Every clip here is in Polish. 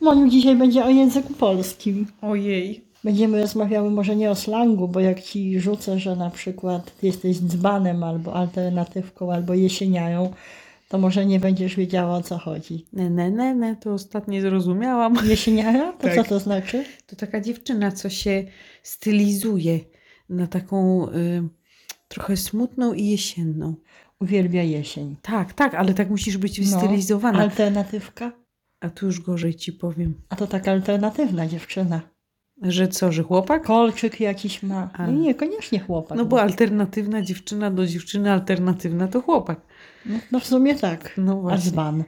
Moniu dzisiaj będzie o języku polskim. Ojej. Będziemy rozmawiały może nie o slangu, bo jak ci rzucę, że na przykład jesteś dzbanem albo alternatywką, albo jesieniają, to może nie będziesz wiedziała o co chodzi. Ne, ne, ne, ne, to ostatnio zrozumiałam. Jesieniara? To Tak. co to znaczy? To taka dziewczyna, co się stylizuje na taką y, trochę smutną i jesienną. Uwielbia jesień. Tak, tak, ale tak musisz być No, wystylizowana. Alternatywka? A tu już gorzej ci powiem. A to taka alternatywna dziewczyna. Że co, że chłopak? Kolczyk jakiś ma. A. Nie, niekoniecznie chłopak. No bo alternatywna dziewczyna do dziewczyny alternatywna to chłopak. No, no w sumie tak. No A właśnie. dzban.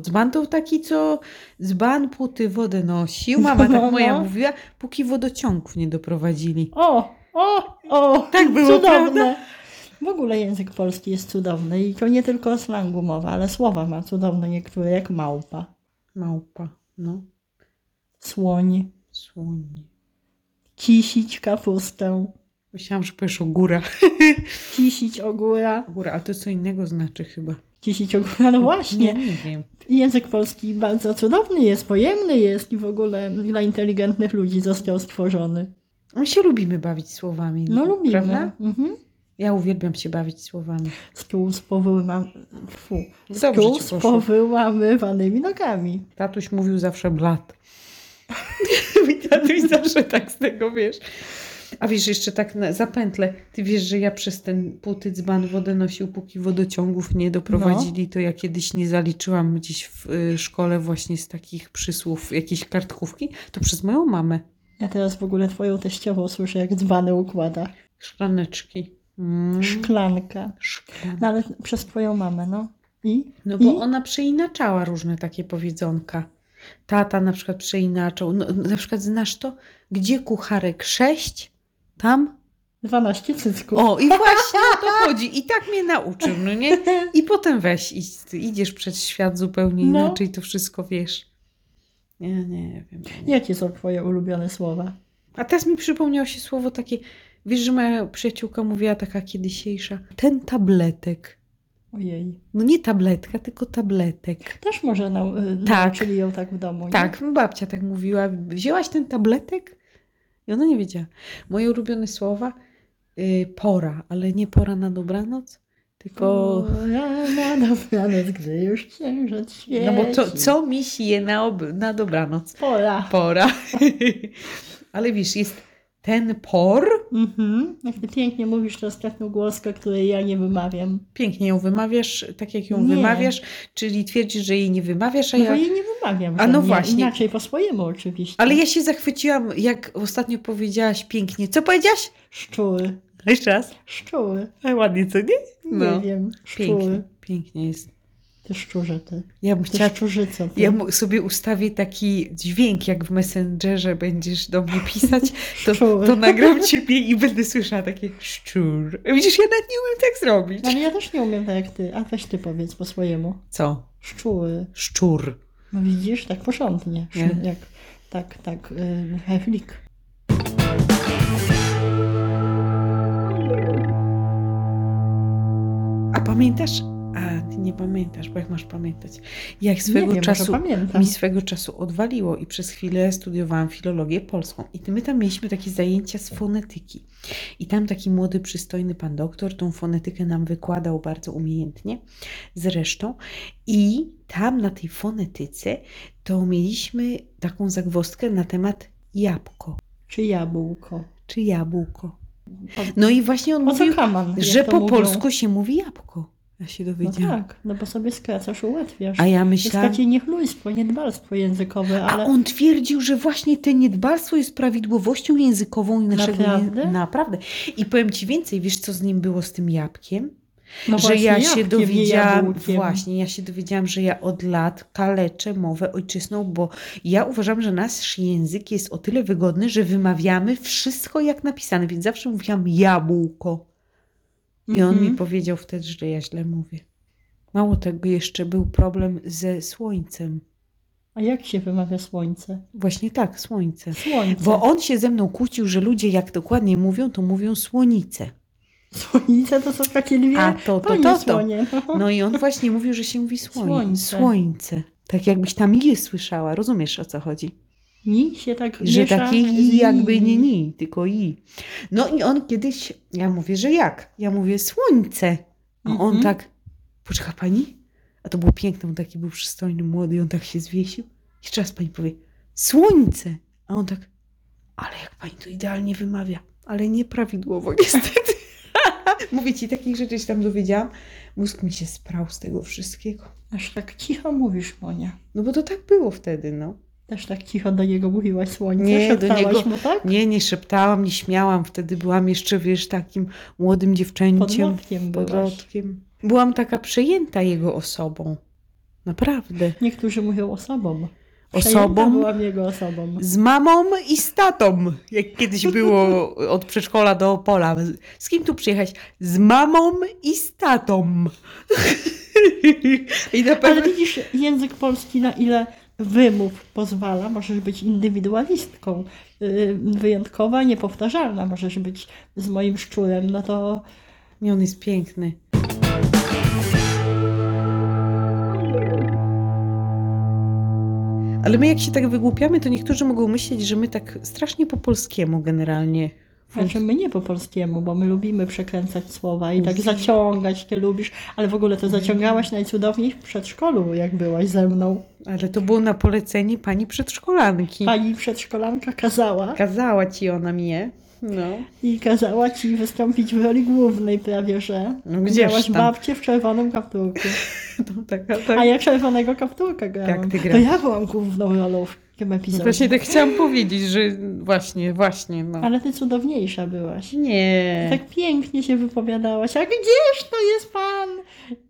Dzban to taki, co dzban puty wodę nosił. Mama No, tak moja no. mówiła, póki wodociągów nie doprowadzili. O, o, o! Tak było, cudowne. prawda? W ogóle język polski jest cudowny i to nie tylko o slangu mowa, ale słowa ma cudowne niektóre, jak małpa, Małpa, no, słoń, słoni. kisić kapustę, Myślałam, że powiesz o góra. kisić ogóra, Góra, a to co innego znaczy chyba. kisić ogóra, no właśnie. Nie, nie wiem. Język polski bardzo cudowny jest, pojemny jest i w ogóle dla inteligentnych ludzi został stworzony. My się lubimy bawić słowami. No lubimy. Prawda? Mhm. Ja uwielbiam się bawić słowami. Stół z powyłam... Fu. No Dobrze Stół ci z poszło. powyłamywanymi nogami. Tatuś mówił zawsze blat. Mój tatuś zawsze tak z tego, wiesz. A wiesz, jeszcze tak na, zapętlę. Ty wiesz, że ja przez ten puty dzban wodę nosił, póki wodociągów nie doprowadzili, No. to ja kiedyś nie zaliczyłam gdzieś w y, szkole właśnie z takich przysłów, jakiejś kartkówki, to przez moją mamę. Ja teraz w ogóle twoją teściową słyszę, jak dzbany układa. Szklaneczki. Mm. Szklanka. Szklan- No ale przez twoją mamę, no. I? No bo I? ona przeinaczała różne takie powiedzonka. Tata na przykład przeinaczał. No, na przykład znasz to? Gdzie kucharek sześć? Tam? 12 cycków. O, i właśnie o to chodzi. I tak mnie nauczył, no nie? I potem weź, i ty idziesz przez świat zupełnie No. inaczej, to wszystko wiesz. Ja nie wiem. Jakie są twoje ulubione słowa? A teraz mi przypomniało się słowo takie, wiesz, że moja przyjaciółka mówiła taka kiedysieńsza, ten tabletek. Ojej. No nie tabletka, tylko tabletek. Też może nau- y, Tak. nauczyli ją tak w domu, nie? Tak, babcia tak mówiła. Wzięłaś ten tabletek? I ona nie wiedziała. Moje ulubione słowa y, pora, ale nie pora na dobranoc, tylko. Rana, dobranoc, gdy już księżyc świeci. No bo co, co mi sije na, ob... na dobranoc? Pora. Pora. ale wiesz, jest ten por. Mhm. Jak ty pięknie mówisz tę ostatnią głoskę, której ja nie wymawiam. Pięknie ją wymawiasz, tak jak ją Nie. wymawiasz, czyli twierdzisz, że jej nie wymawiasz, a No bo ja. jej nie wymawiam. A no żadnie. właśnie. Inaczej po swojemu oczywiście. Ale ja się zachwyciłam, jak ostatnio powiedziałaś pięknie. Co powiedziałaś? No Szczury. Jeszcze raz. Szczury. Ale ładnie, co nie? Nie No. wiem. Szczury. Pięknie, pięknie jest. Ty szczurze ty. Ja bym Ty chciała, szczurzyco. Ty. ja mu- sobie ustawię taki dźwięk, jak w Messengerze będziesz do mnie pisać, to, Szczury. to nagram ciebie i będę słyszała takie szczur. Widzisz, ja nawet nie umiem tak zrobić. No, Ale ja też nie umiem tak jak ty. A weź ty powiedz po swojemu. Co? Szczury. Szczur. No widzisz, tak porządnie. Nie. Sz- Jak, tak, tak, yy, heflik. A pamiętasz? A, ty nie pamiętasz, bo jak masz pamiętać? Jak swego nie wiem, czasu... może pamiętam. mi swego czasu odwaliło i przez chwilę studiowałam filologię polską. I my tam mieliśmy takie zajęcia z fonetyki. I tam taki młody, przystojny pan doktor tą fonetykę nam wykładał bardzo umiejętnie zresztą. I tam na tej fonetyce to mieliśmy taką zagwozdkę na temat jabłko Czy jabłko? czy jabłko. No i właśnie on O co mówił, kaman? jak że to po mówią? polsku się mówi jabłko. Ja się No dowiedziałam. tak, no bo sobie skracasz, ułatwiasz. A ja To jest myślałam, takie niechlujstwo, niedbalstwo językowe, A ale on twierdził, że właśnie te niedbalstwo jest prawidłowością językową i naszego Naprawdę? ję- Naprawdę. I powiem ci więcej, wiesz co z nim było z tym jabłkiem? no że właśnie ja się jabłkiem, nie dowiedziałam jabłkiem. właśnie, ja się dowiedziałam, że ja od lat kaleczę mowę ojczystą, bo ja uważam, że nasz język jest o tyle wygodny, że wymawiamy wszystko jak napisane, więc zawsze mówiłam jabłko. I on Mhm. mi powiedział wtedy, że ja źle mówię. Mało tego, jeszcze był problem ze słońcem. A jak się wymawia słońce? Właśnie tak, słońce. Słońce. Bo on się ze mną kłócił, że ludzie jak dokładnie mówią, to mówią słonice. Słońce to są takie lwie. A to, to, Panie to, to. słonie. No i on właśnie mówił, że się mówi słoń, Słońce. słońce. Tak jakbyś tam i słyszała, rozumiesz o co chodzi? Ni się tak Że miesza takie z i jakby nie ni, tylko i. No i on kiedyś, ja mówię, że jak? Ja mówię słońce. A on Mhm. tak, poczeka pani? A to było piękne, on taki był przystojny, młody i on tak się zwiesił. Jeszcze raz pani powie, słońce. A on tak, ale jak pani to idealnie wymawia. Ale nieprawidłowo niestety. Mówię ci, takich rzeczy się tam dowiedziałam. Mózg mi się sprał z tego wszystkiego. Aż tak cicho mówisz, Monia. No bo to tak było wtedy, no. Też tak cicho do niego mówiłaś słońce, Nie, do szeptałaś niego- mu tak? Nie, nie szeptałam, nie śmiałam. Wtedy byłam jeszcze, wiesz, takim młodym Pod dziewczęciem. motkiem byłaś. Podlotkiem. Byłam taka przejęta jego osobą. Naprawdę. Niektórzy mówią osobom. Przejęta Osobą byłam jego osobą. z mamą i z tatą. Jak kiedyś było od przedszkola do Opola. Z kim tu przyjechać? Z mamą i z tatą. I na Ale pewno... widzisz, język polski na ile wymów pozwala, możesz być indywidualistką, yy, wyjątkowa, niepowtarzalna, możesz być z moim szczurem, no to Nie, on jest piękny. Ale my jak się tak wygłupiamy, to niektórzy mogą myśleć, że my tak strasznie po polskiemu generalnie. znaczy my nie po polskiemu, bo my lubimy przekręcać słowa i tak zaciągać, ty lubisz, ale w ogóle to zaciągałaś najcudowniej w przedszkolu, jak byłaś ze mną. Ale to było na polecenie pani przedszkolanki. Pani przedszkolanka kazała Kazała ci ona mnie. No. i kazała ci wystąpić w roli głównej prawie, że No gdzież miałaś tam. babcię w czerwonym kapturku. To taka, A tak. ja czerwonego kapturka grałam. Tak, ty to grałaś. ja byłam główną rolą w tym epizodzie. Właśnie tak chciałam powiedzieć, że właśnie, właśnie. No. Ale ty cudowniejsza byłaś. Nie. Tak pięknie się wypowiadałaś. A gdzież to jest pan?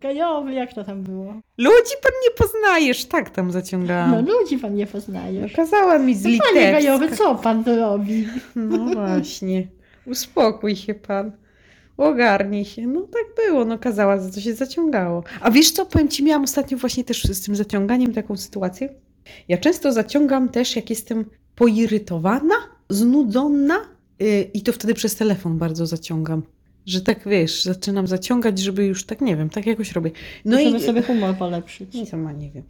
Gajowy, jak to tam było? Ludzi pan nie poznajesz. Tak tam zaciągałam. No ludzi pan nie poznajesz. Kazała mi z No, panie Gajowy, litewska. co pan tu robi? No właśnie. Uspokój się pan. Ogarnij się. No tak było, no kazała, za to się zaciągało. A wiesz co, powiem ci, miałam ostatnio właśnie też z tym zaciąganiem taką sytuację. Ja często zaciągam też, jak jestem poirytowana, znudzona yy, i to wtedy przez telefon bardzo zaciągam. Że tak wiesz, zaczynam zaciągać, żeby już tak, nie wiem, tak jakoś robię. No Żeby i sobie humor polepszyć. nie sama nie wiem.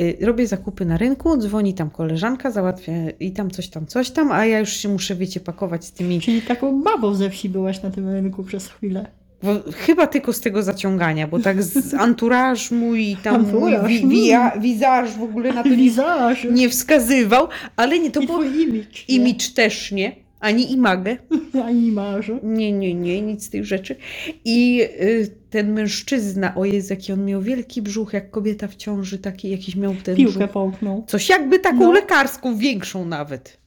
Y, Robię zakupy na rynku, dzwoni tam koleżanka, załatwia i tam coś tam, coś tam, a ja już się muszę, wiecie, pakować z tymi. Czyli taką babą ze wsi byłaś na tym rynku przez chwilę. Bo chyba tylko z tego zaciągania, bo tak z anturaż mój tam mój Anturaż, wi, mm. wija, wizaż w ogóle na to nie, Lizaż nie wskazywał, ale nie, to i było twój imidż. nie? No imidż też nie, ani imagę. Ani marzy. Nie, nie, nie, nic z tych rzeczy. I y, ten mężczyzna, o Jezu, jaki on miał wielki brzuch, jak kobieta w ciąży, taki jakiś miał ten brzuch. Piłkę połknął. Coś jakby taką No. lekarską, większą nawet.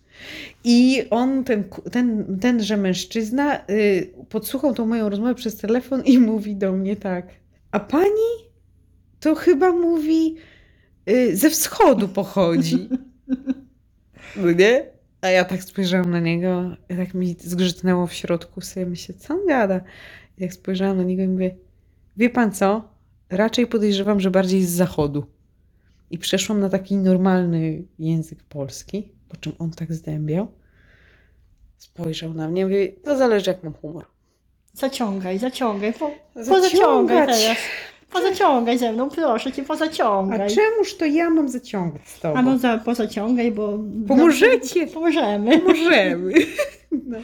I on, ten, ku- ten, tenże mężczyzna, y, podsłuchał tą moją rozmowę przez telefon i mówi do mnie tak. A pani to chyba mówi y, ze wschodu pochodzi. No nie? A ja tak spojrzałam na niego, i tak mi zgrzytnęło w środku, sobie myślę, co on gada? I tak spojrzałam na niego i mówię, wie pan co, raczej podejrzewam, że bardziej z zachodu. I przeszłam na taki normalny język polski, po czym on tak zdębiał. Spojrzał na mnie i mówi, to zależy jak mam humor. Zaciągaj, zaciągaj. Po, pozaciągaj teraz. Pozaciągaj ze mną, proszę cię, A pozaciągaj. czemuż to ja mam zaciągać z tobą? A no za, pozaciągaj, bo... Pomożecie! Pomożemy. Możemy. No.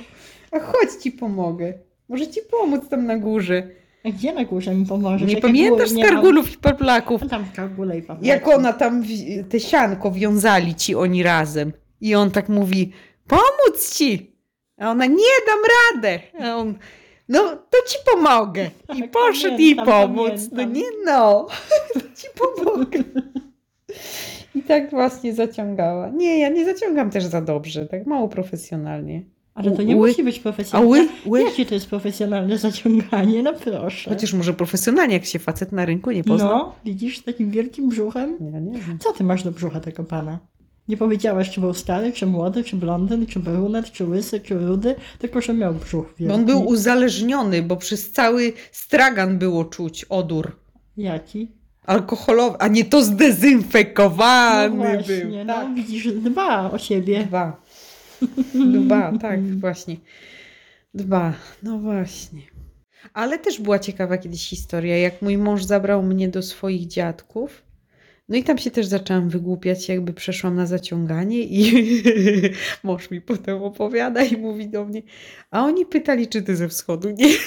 A chodź ci pomogę. Może ci pomóc tam na górze. A Gdzie na górze mi pomożesz? nie Jak ja pamiętasz góry nie skargulów i paplaków? mam? Tam skargulej papa. Jak ona tam wi- te sianko wiązali ci oni razem. I on tak mówi, pomóc ci! A ona, nie dam radę! A on, no to ci pomogę. I Tak, poszedł jej pamiętam, pomóc. No pamiętam. nie no, to ci pomogę. I tak właśnie zaciągała. Nie, ja nie zaciągam też za dobrze, tak mało profesjonalnie. Ale to nie Ły- musi być A profesjonalne. ły, ły, Jakie to jest profesjonalne zaciąganie? No proszę. Chociaż może profesjonalnie, jak się facet na rynku nie pozna. no, widzisz, z takim wielkim brzuchem? Ja nie wiem. Co ty masz do brzucha tego pana? Nie powiedziałaś, czy był stary, czy młody, czy blondyn, czy brunet, czy łysy, czy rudy, tylko że miał brzuch wielki. Bo No, on był uzależniony, bo przez cały stragan było czuć odór Jaki? alkoholowy, a nie to No zdezynfekowany właśnie, był. no Tak. widzisz, dba o siebie. Dwa. Dwa, tak, właśnie. Dwa, no właśnie. Ale też była ciekawa kiedyś historia, jak mój mąż zabrał mnie do swoich dziadków No i tam się też zaczęłam wygłupiać, jakby przeszłam na zaciąganie i mąż mi potem opowiada i mówi do mnie, a oni pytali, czy ty ze wschodu nie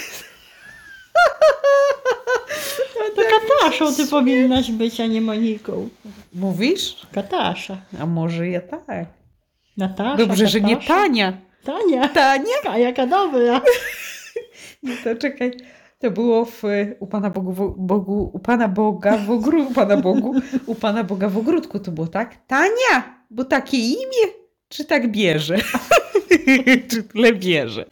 To Kataszą ty powinnaś być, a nie Moniką. Mówisz? Katasza. A może ja tak. Natasza. Dobrze, że nie Katasza. Tania. Tania. Tania? A jaka dobra. No to czekaj. To było w, u Pana Bogu, w- Bogu u Pana Boga w ogródku, u Pana Bogu, u Pana Boga w ogródku to było, tak? Tania, bo takie imię, czy tak bierze? czy tyle bierze?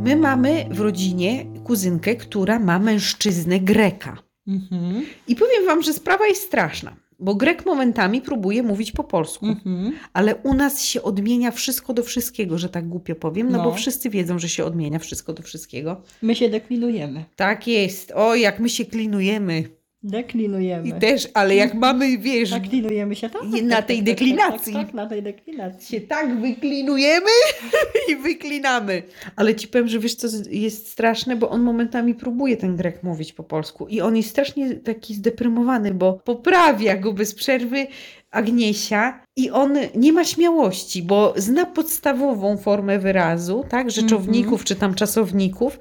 My mamy w rodzinie kuzynkę, która ma mężczyznę Greka. Mhm. I powiem wam, że sprawa jest straszna, bo Grek momentami próbuje mówić po polsku, Mhm. ale u nas się odmienia wszystko do wszystkiego, że tak głupio powiem, no, No. bo wszyscy wiedzą, że się odmienia wszystko do wszystkiego. My się deklinujemy. Tak jest. O, jak my się klinujemy. Deklinujemy. I też, ale jak mamy, wiesz, Deklinujemy się tak? I na tej tak, deklinacji. Tak, tak, tak, na tej deklinacji. się tak wyklinujemy i wyklinamy. Ale ci powiem, że wiesz co z- jest straszne, bo on momentami próbuje ten Grek mówić po polsku i on jest strasznie taki zdeprymowany, bo poprawia go bez przerwy Agniesia i on nie ma śmiałości, bo zna podstawową formę wyrazu, tak, rzeczowników czy tam czasowników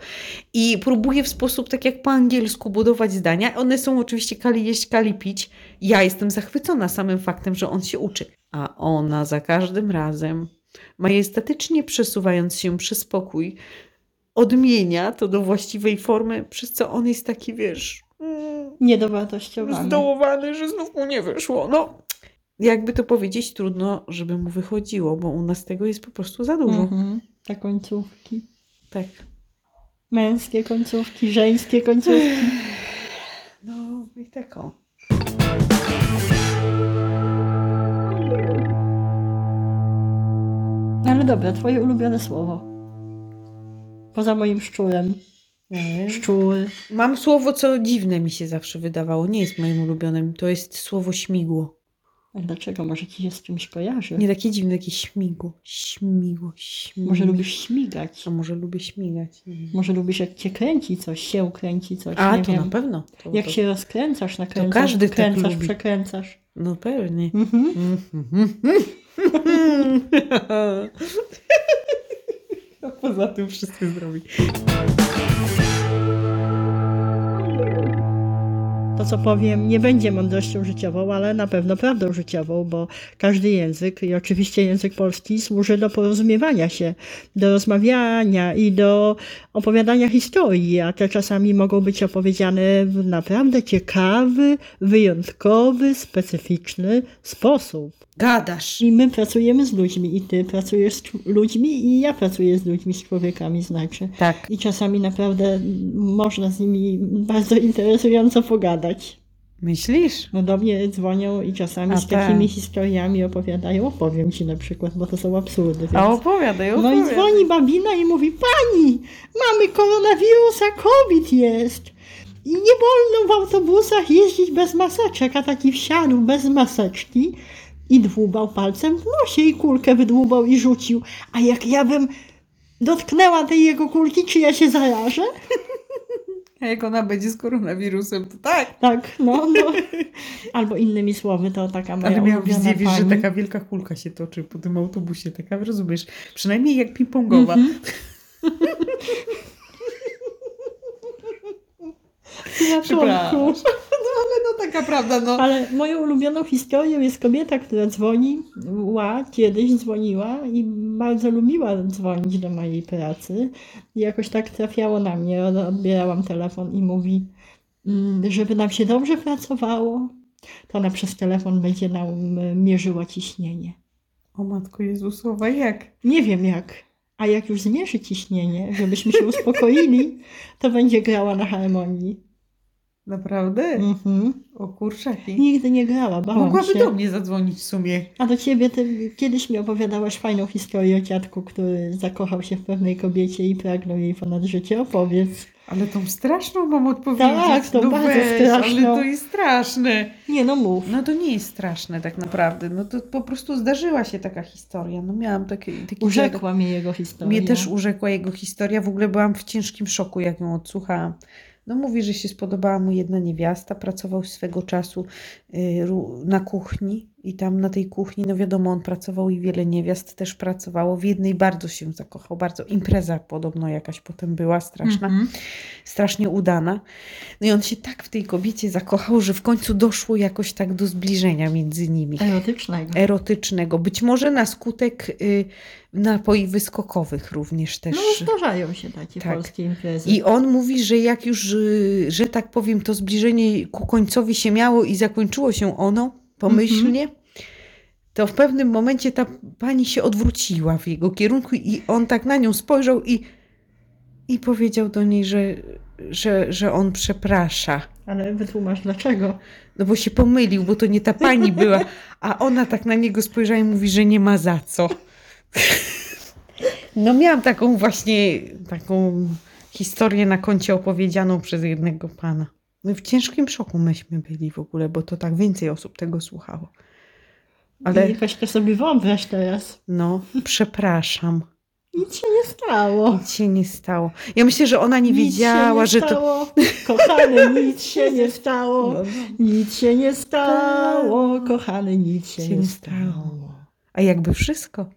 i próbuje w sposób tak jak po angielsku budować zdania. One są oczywiście kali jeść, kali pić, ja jestem zachwycona samym faktem, że on się uczy. A ona za każdym razem, majestatycznie przesuwając się przez pokój, odmienia to do właściwej formy, przez co on jest taki, wiesz, mm, Niedowartościowany. zdołowany, że znów mu nie wyszło. No, jakby to powiedzieć, trudno, żeby mu wychodziło, bo u nas tego jest po prostu za dużo. Mhm. Te końcówki. Tak. Męskie końcówki, żeńskie końcówki. No i tak o. No, Ale dobra, twoje ulubione słowo. Poza moim szczurem. Szczur. E, Mam słowo, co dziwne mi się zawsze wydawało. Nie jest moim ulubionym. To jest słowo śmigło. A dlaczego? Może ci się z czymś kojarzy? Nie takie dziwne, jakie śmigło. Śmigło, śmigło. Może lubisz śmigać? A może lubię śmigać. Mhm. nie wiem. Może lubisz jak cię kręci coś, się kręci coś, A, nie to wiem. na pewno. To, Jak to, się rozkręcasz, nakręcasz, każdy tak kręcasz, lubi. przekręcasz. No pewnie. Mhm. A poza tym wszyscy zrobi. To, co powiem, nie będzie mądrością życiową, ale na pewno prawdą życiową, bo każdy język, i oczywiście język polski, służy do porozumiewania się, do rozmawiania i do opowiadania historii, a te czasami mogą być opowiedziane w naprawdę ciekawy, wyjątkowy, specyficzny sposób. Gadasz. I my pracujemy z ludźmi, i ty pracujesz z czł- ludźmi, i ja pracuję z ludźmi, z człowiekami, znaczy. Tak. I czasami naprawdę mm, można z nimi bardzo interesująco pogadać. Myślisz? No do mnie dzwonią i czasami A z tak. takimi historiami opowiadają, opowiem ci na przykład, bo to są absurdy. Więc... A opowiadaj, no opowiadaj. i dzwoni babina i mówi, pani, mamy koronawirusa, COVID jest. I nie wolno w autobusach jeździć bez maseczek, a taki wsiadł bez maseczki i dłubał palcem w nosie i kulkę wydłubał i rzucił. A jak ja bym dotknęła tej jego kulki, czy ja się zarażę? A jak ona będzie z koronawirusem, to tak. Tak, no, no. Albo innymi słowy, to taka moja Ale miałam ulubiona wizję, wiesz, że tak pani. taka wielka kulka się toczy po tym autobusie. Taka, rozumiesz, przynajmniej jak ping-pongowa. Mhm. Przepraszam. No ale no taka prawda, no. Ale moją ulubioną historią jest kobieta, która dzwoni, ła, kiedyś dzwoniła i bardzo lubiła dzwonić do mojej pracy. I jakoś tak trafiało na mnie, Od- odbierałam telefon i mówi, "Mm, żeby nam się dobrze pracowało, to ona przez telefon będzie nam e, mierzyła ciśnienie. O Matko Jezusowa, jak? Nie wiem jak. A jak już zmierzy ciśnienie, żebyśmy się uspokoili, to będzie grała na harmonii. Naprawdę? Mhm. O kurczaki. Nigdy nie grała, bałam Mogłaby się. do mnie zadzwonić w sumie. A do ciebie ty kiedyś mi opowiadałaś fajną historię o dziadku, który zakochał się w pewnej kobiecie i pragnął jej ponad życie. Opowiedz. Ale tą straszną mam odpowiedzieć. Tak, tą no bardzo weź, Ale straszną. to jest straszne. Nie no, mów. No to nie jest straszne tak naprawdę. No to po prostu zdarzyła się taka historia. No miałam takie... taki dziadek. Urzekła mnie jego historia. Mnie też urzekła jego historia. W ogóle byłam w ciężkim szoku, jak ją odsłuchałam. No mówi, że się spodobała mu jedna niewiasta, pracował swego czasu y, ru- na kuchni i tam na tej kuchni, no wiadomo, on pracował i wiele niewiast też pracowało. W jednej bardzo się zakochał, bardzo impreza podobno jakaś potem była straszna, Mhm. strasznie udana. No i on się tak w tej kobiecie zakochał, że w końcu doszło jakoś tak do zbliżenia między nimi E, Erotycznego. E, erotycznego, być może na skutek y, napoi wyskokowych również też. No zdarzają się takie Tak. polskie imprezy. I on mówi, że jak już, y, że tak powiem, to zbliżenie ku końcowi się miało i zakończyło się ono pomyślnie, to w pewnym momencie ta pani się odwróciła w jego kierunku i on tak na nią spojrzał i, i powiedział do niej, że, że, że on przeprasza. Ale wytłumacz dlaczego. No bo się pomylił, bo to nie ta pani była. A ona tak na niego spojrzała i mówi, że nie ma za co. No miałam taką właśnie, taką historię na koncie opowiedzianą przez jednego pana. My w ciężkim szoku myśmy byli w ogóle, bo to tak więcej osób tego słuchało. Ale Ale... I weź to sobie wyobraź teraz. no, przepraszam, Nic się nie stało. nic się nie stało. Ja myślę, że ona nie Nic się wiedziała, nie że to... stało. Kochany, nic się nie stało. No, no. Nic się nie stało. Kochany, nic się, Się nie nie stało. stało. A jakby wszystko,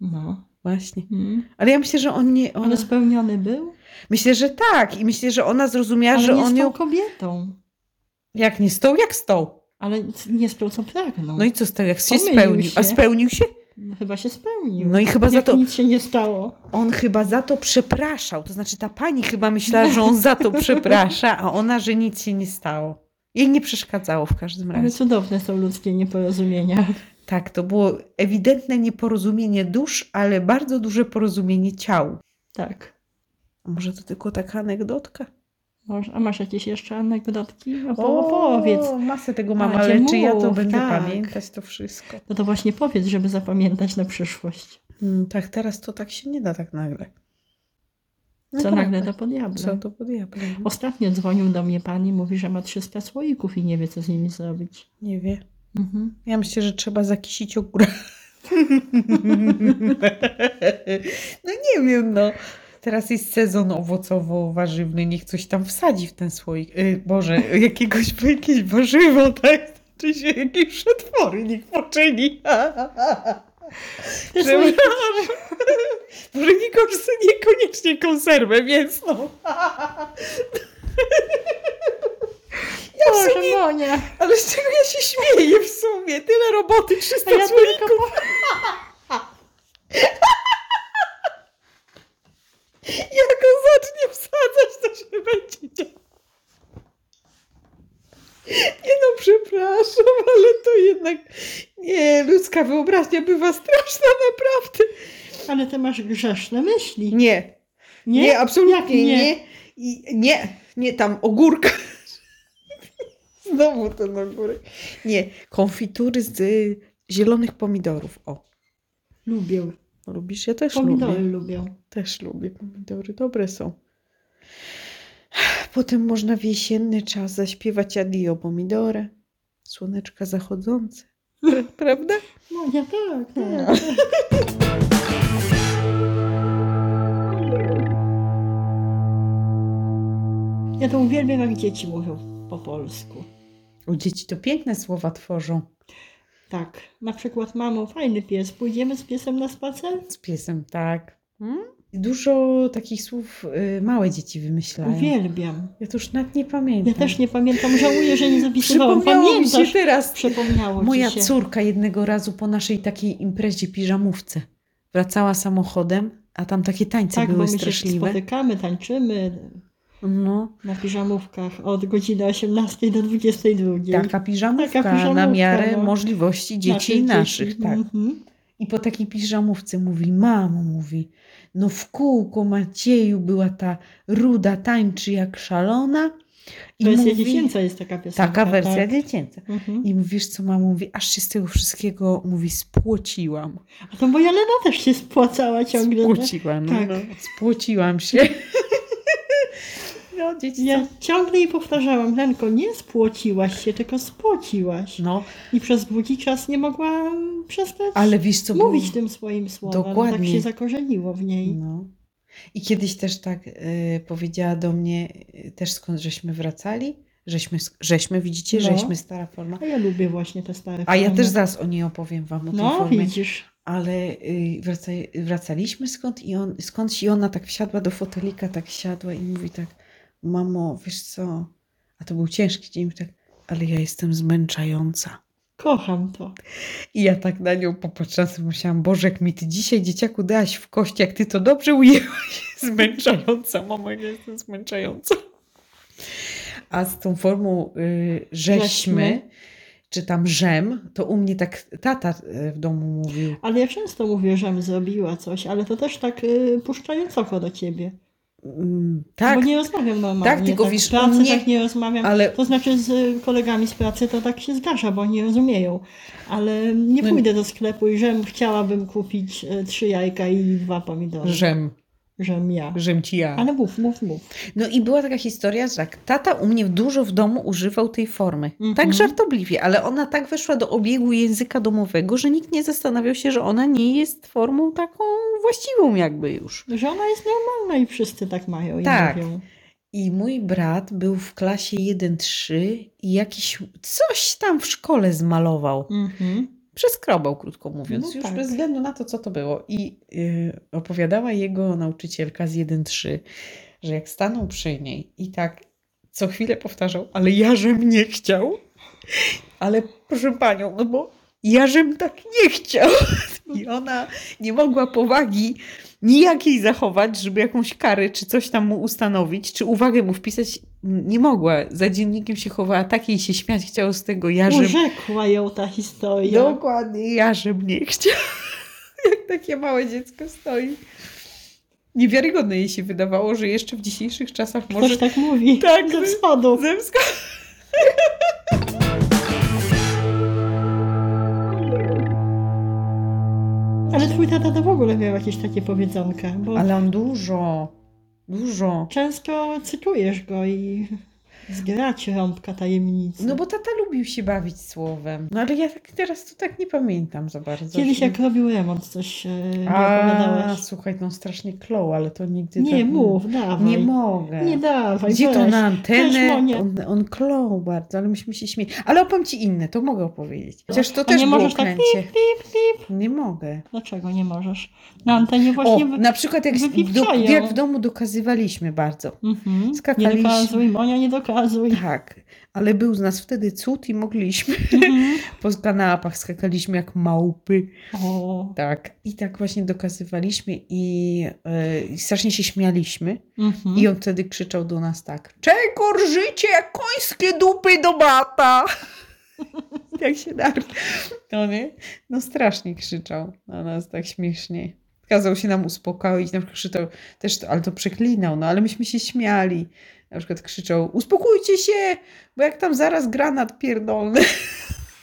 No. właśnie. Mm. Ale ja myślę, że on nie... Ale Ona... spełniony był? Myślę, że tak. I myślę, że ona zrozumiała, Ale że nie z on tą ją. kobietą. Jak nie stał, jak stał. Ale nie z tą, co pragnął. No i co stał, jak się Pomylił spełnił? A się. spełnił się? No Chyba się spełnił. No i chyba za Jak to. nic się nie stało. On chyba za to przepraszał. To znaczy, ta pani chyba myślała, że on za to przeprasza, a ona, że nic się nie stało. Jej nie przeszkadzało w każdym Ale razie. cudowne są ludzkie nieporozumienia. Tak, to było ewidentne nieporozumienie dusz, ale bardzo duże porozumienie ciał. Tak. A Może to tylko taka anegdotka? Może- A masz jakieś jeszcze anegdotki? O, No po- powiedz. masę tego mam, A, ale cię czy ja to mów, będę tak. pamiętać to wszystko? No to właśnie powiedz, żeby zapamiętać na przyszłość. Mm, tak, teraz to tak się nie da tak nagle. No Co tak, nagle to tak. po diable. Co to pod diabłem? Ostatnio dzwonił do mnie pan i mówi, że ma 300 słoików i nie wie, co z nimi zrobić. Nie wie. Mhm. Ja myślę, że trzeba zakisić ogórek. no nie wiem, no. Teraz jest sezon owocowo-warzywny, niech coś tam wsadzi w ten słoik. Y, Boże, jakiegoś, jakieś warzywo, tak? Czy się jakieś przetwory niech poczyni. Te Że- słoiki, Może niekos- niekoniecznie konserwę no. mięsną. Ja w Boże, no sumie, Monia! ale z czego ja się śmieję w sumie? Tyle roboty, 300 A ja słoików. tylko... Jak on zacznie wsadzać, to się będzie działo. Nie no, przepraszam, ale to jednak... Nie, ludzka wyobraźnia bywa straszna naprawdę. Ale ty masz grzeszne myśli. Nie, Nie, Jak absolutnie nie? nie. Nie, I, nie, nie tam ogórka. Znowu ten ogórek. Nie, konfitury z y, zielonych pomidorów. O, Lubię. lubisz? Ja też Pomidory lubię. lubię. Też lubię pomidory, dobre są. Potem można w jesienny czas zaśpiewać adio pomidore, słoneczka zachodzące. Prawda? Monia, tak, tak. No. Ja to uwielbiam, jak dzieci mówią po polsku. U dzieci to piękne słowa tworzą. Tak, na przykład mamo, fajny pies, pójdziemy z Hmm? piesem na spacer? Z piesem, tak. Dużo takich słów y, małe dzieci wymyślają. Uwielbiam. Ja to już nawet nie pamiętam. Ja też nie pamiętam, żałuję, że nie zapisywałam. Przypomniało mi się Pamiętasz? teraz. Przypomniało Moja ci się. córka jednego razu po naszej takiej imprezie piżamówce wracała samochodem, a tam takie tańce Tak, bo były my się straszliwe. spotykamy, tańczymy No, na piżamówkach od godziny 18 do 22. taka piżamówka, Taka piżamówka, na miarę no. możliwości dzieci i naszych, tak. Mhm. I po takiej piżamówce mówi, mamo, mówi, no w kółko Macieju była ta ruda tańczy jak szalona, Wersja dziecięca jest taka piosenka. Taka wersja tak. dziecięca. Mhm. I mówisz, co mama mówi, aż się z tego wszystkiego, mówi, spłociłam. A to moja Lena też się spłacała ciągle. nie? Spłociłam, Tak. no, spłociłam się. No, dzieci Ja są... ciągle jej powtarzałam, Lenko, nie spłociłaś się, tylko spłociłaś. No, I przez długi czas nie mogła przestać ale wiesz co było? mówić tym swoim słowem. Tak Dokładnie. się zakorzeniło w niej. No. I kiedyś też tak y, powiedziała do mnie, y, też skąd żeśmy wracali, żeśmy, sk- żeśmy widzicie, No. żeśmy stara forma. A ja lubię właśnie te stare A ja filmy. też zaraz o niej opowiem wam, o tej No, formie. widzisz. Ale y, wracaj, wracaliśmy skąd i, on, skądś i ona tak wsiadła do fotelika, tak siadła i mówi tak, mamo, wiesz co, a to był ciężki dzień, mówi tak, ale ja jestem zmęczająca. Kocham to. I ja tak na nią popatrzyłam, sobie myślałam, Boże, jak mi ty dzisiaj dzieciaku dałaś w kość, jak ty to dobrze ujęłaś. Zmęczająca, mama, ja jestem zmęczająca. A z tą formą y, żeśmy, Żeśmy. czy tam żem, to u mnie tak tata y, w domu mówił. Ale ja często mówię, że mi zrobiła coś, ale to też tak y, puszczając oko do ciebie. Mm, tak, Bo nie rozmawiam normalnie. Tak, tylko wiesz, w pracy u mnie- tak nie rozmawiam. ale To znaczy z y, kolegami z pracy to tak się zdarza, bo nie rozumieją. Ale nie No. pójdę do sklepu i żem chciałabym kupić y, trzy jajka i dwa pomidory. żem, Żem ja. żem ci ja. Ale mów, mów, mów. No i była taka historia, że tak, tata u mnie dużo w domu używał tej formy. Mhm. Tak żartobliwie, ale ona tak weszła do obiegu języka domowego, że nikt nie zastanawiał się, że ona nie jest formą taką właściwą jakby już. Że ona jest normalna i wszyscy tak mają i Tak. mówią. I mój brat był w klasie 1-3 i jakiś coś tam w szkole zmalował. Mhm. Przeskrobał, krótko mówiąc, No już tak. bez względu na to, co to było. I y, opowiadała jego nauczycielka z 1-3, że jak stanął przy niej i tak co chwilę powtarzał, ale ja żem nie chciał, ale proszę panią, no bo ja żem tak nie chciał. I ona nie mogła powagi nijakiej zachować, żeby jakąś karę czy coś tam mu ustanowić, czy uwagę mu wpisać. Nie mogła. Za dziennikiem się chowała, takiej się śmiać chciało z tego ja No, żem Urzekła ją ta historia. Dokładnie, ja żem nie chciał. Jak takie małe dziecko stoi. Niewiarygodne jej się wydawało, że jeszcze w dzisiejszych czasach Ktoś może tak mówi. Tak. Ze wschodu. zemska. Ale twój tata to w ogóle miał jakieś takie powiedzonka, bo Ale on dużo, dużo. często cytujesz go i zgrać rąbka tajemnicy. No bo tata lubił się bawić słowem. No ale ja tak teraz to tak nie pamiętam za bardzo. Kiedyś jak robił remont coś e, mi A, opowiadałaś. słuchaj, no strasznie klął, ale to nigdy Nie tak... mów, dawaj. Nie mogę. Nie dawaj, Gdzie to weź. na Weź antenę? Monię. On, on klął bardzo, ale myśmy się śmieli. Ale opowiem ci inne, to mogę opowiedzieć. Chociaż to A też nie było możesz tak kręcie. pip, pip, pip. Nie mogę. Dlaczego nie możesz? Na antenie właśnie... o, wy- na przykład jak, w do, wypipczają. jak w domu dokazywaliśmy bardzo. Mhm. Nie skakaliśmy. dokazuj, Monia, nie dokazuj. Tak, ale był z nas wtedy cud i mogliśmy. Mhm. Po kanapach skakaliśmy jak małpy. O. Tak. I tak właśnie dokazywaliśmy i e, strasznie się śmialiśmy. Mhm. I on wtedy krzyczał do nas tak. Czego rżycie jak końskie dupy do bata? jak się dar. No nie? No strasznie krzyczał na nas tak śmiesznie. Kazał się nam uspokoić, na przykład krzyczał też, to, ale to przeklinał, no ale myśmy się śmiali. Na przykład krzyczał, uspokójcie się, bo jak tam zaraz granat pierdolny.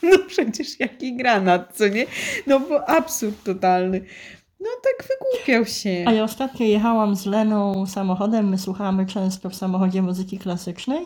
No przecież jaki granat, co nie? No bo absurd totalny. No tak wygłupiał się. A ja ostatnio jechałam z Leną samochodem. My słuchamy często w samochodzie muzyki klasycznej.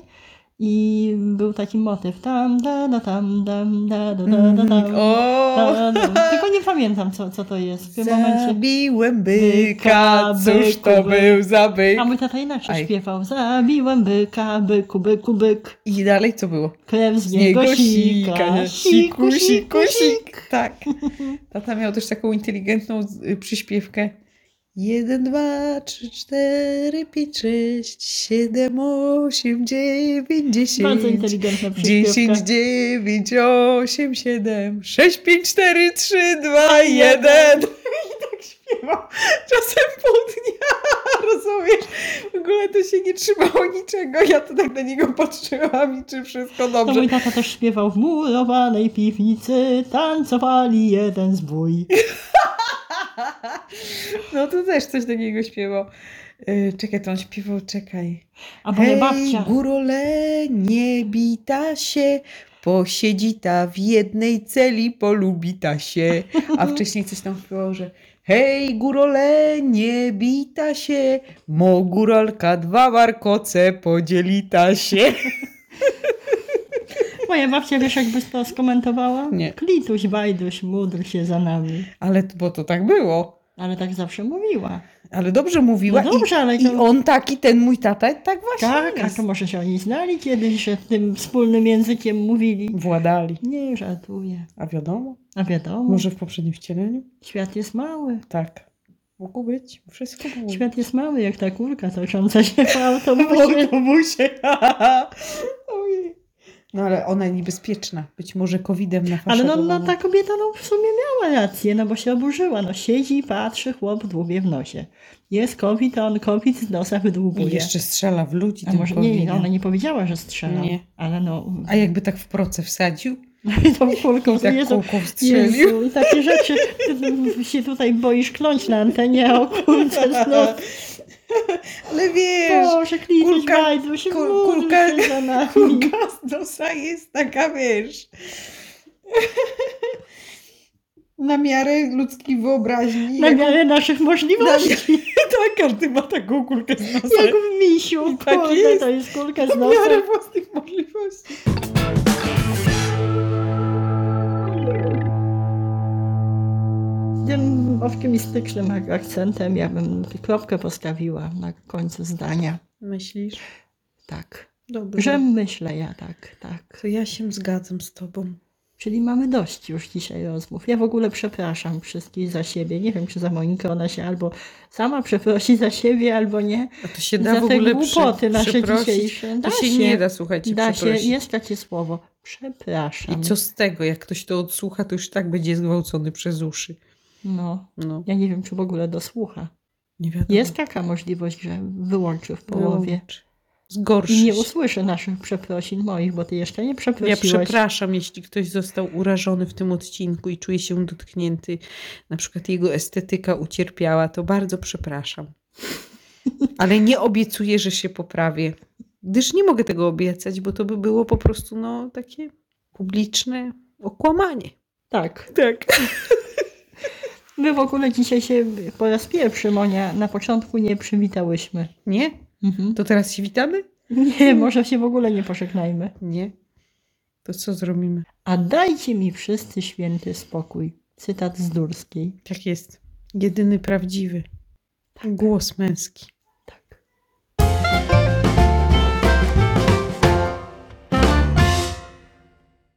I był taki motyw. Tam, da, da, tam, dam, da, da, da, da, tam. Mm, O! Da, da, da. Tylko nie pamiętam, co, co to jest w tym momencie. Zabiłem Byka, byka, cóż byku, to byk. był za byk. A mój tata inaczej Aj. śpiewał. Zabiłem byka, byku, byku, byk. I dalej co było? Krew z Z niego niego sika. sika, Siku, siku, sik. Tak. Tata miał też taką inteligentną y, przyśpiewkę. Jeden, dwa, trzy, cztery, pięć, sześć, siedem, osiem, dziewięć, Bardzo dziesięć. inteligentna Dziesięć, przyśpiewka. dziewięć, osiem, siedem, sześć, pięć, cztery, trzy, dwa, jeden. I tak śpiewał. Czasem pół dnia, rozumiesz? W ogóle to się nie trzymało niczego. Ja to tak na niego patrzyłam i czy wszystko To dobrze. mój tata też śpiewał w murowanej piwnicy. Tancowali jeden zbój. No to też coś takiego śpiewał. Yy, Czekaj, to on śpiewał, czekaj. A moja babcia. górole, nie bita się, posiedzi ta w jednej celi, polubi ta się. A wcześniej coś tam śpiewał, że hej, górole, nie bita się, mo górolka dwa warkoce, podzieli ta się. Moja babcia, wiesz, jakbyś to skomentowała? Nie. Klituś, bajduś, módl się za nami. Ale, bo to tak było. Ale tak zawsze mówiła. Ale dobrze mówiła No dobrze, i, ale i to- on taki, ten mój tata, tak właśnie Tak, a jest. to może się oni znali kiedyś, że tym wspólnym językiem mówili. Władali. Nie, żartuję. A wiadomo, A wiadomo, może w poprzednim wcieleniu? świat jest mały. Tak. Mógł być, wszystko było. Świat jest mały, jak ta kurka tocząca się po w autobusie. autobusie. Ojej. No ale ona niebezpieczna. Być może covidem na Ale no, no ta kobieta no, w sumie miała rację, no bo się oburzyła. No siedzi, patrzy, chłop dłubie w nosie. Jest COVID, a on COVID z nosa I wydłubuje. jeszcze strzela w ludzi. a tym może nie, covidem. ona nie powiedziała, że strzela. Nie. Ale no, A jakby tak w proce wsadził, tą kulką z tak Jezu, kółką strzelił. Jezu, i takie rzeczy. Ty tu się tutaj boisz kląć na antenie, o kurczę, no. Ale wiesz, Boże, klituś, kulka- bajdu się kul- módl kulka- się za nami. Kulka z nosa jest taka, wiesz. Na miarę ludzkiej wyobraźni. Na jak- miarę naszych możliwości. Tak, każdy ma taką kulkę z nosa. Jak w misiu, I tak kurde, jest. to jest kulka z Na nosa. miarę własnych możliwości. Tym optymistycznym ak- akcentem ja bym kropkę postawiła na końcu zdania. Myślisz? Tak. Dobrze. Że myślę ja tak, tak. To ja się zgadzam z tobą. Czyli mamy dość już dzisiaj rozmów. Ja w ogóle przepraszam wszystkich za siebie. Nie wiem, czy za Monikę ona się albo sama przeprosi za siebie, albo nie. A to się za te głupoty nasze dzisiejsze. To się nie da, słuchajcie, Da się, przeprosić. jest takie słowo. Przepraszam. I co z tego, jak ktoś to odsłucha, to już tak będzie zgwałcony przez uszy. No, No, ja nie wiem, czy w ogóle dosłucha. Mhm. nie wiadomo. Jest taka możliwość, że wyłączy w połowie. Wyłącz. Zgorszy I nie się. usłyszę naszych przeprosin moich, bo ty jeszcze nie Ja przeprosiłaś. przepraszam, jeśli ktoś został urażony w tym odcinku i czuje się dotknięty, na przykład jego estetyka ucierpiała, to bardzo przepraszam. Ale nie obiecuję, że się poprawię, gdyż nie mogę tego obiecać, bo to by było po prostu no, takie publiczne okłamanie. Tak. Tak. My w ogóle dzisiaj się po raz pierwszy, Monia, na początku nie przywitałyśmy. Mhm. Nie? To teraz się witamy? Nie, może się w ogóle nie pożegnajmy. Nie. To co zrobimy? A dajcie mi wszyscy święty spokój. Cytat z Durskiej. Tak jest. Jedyny prawdziwy. Głos męski.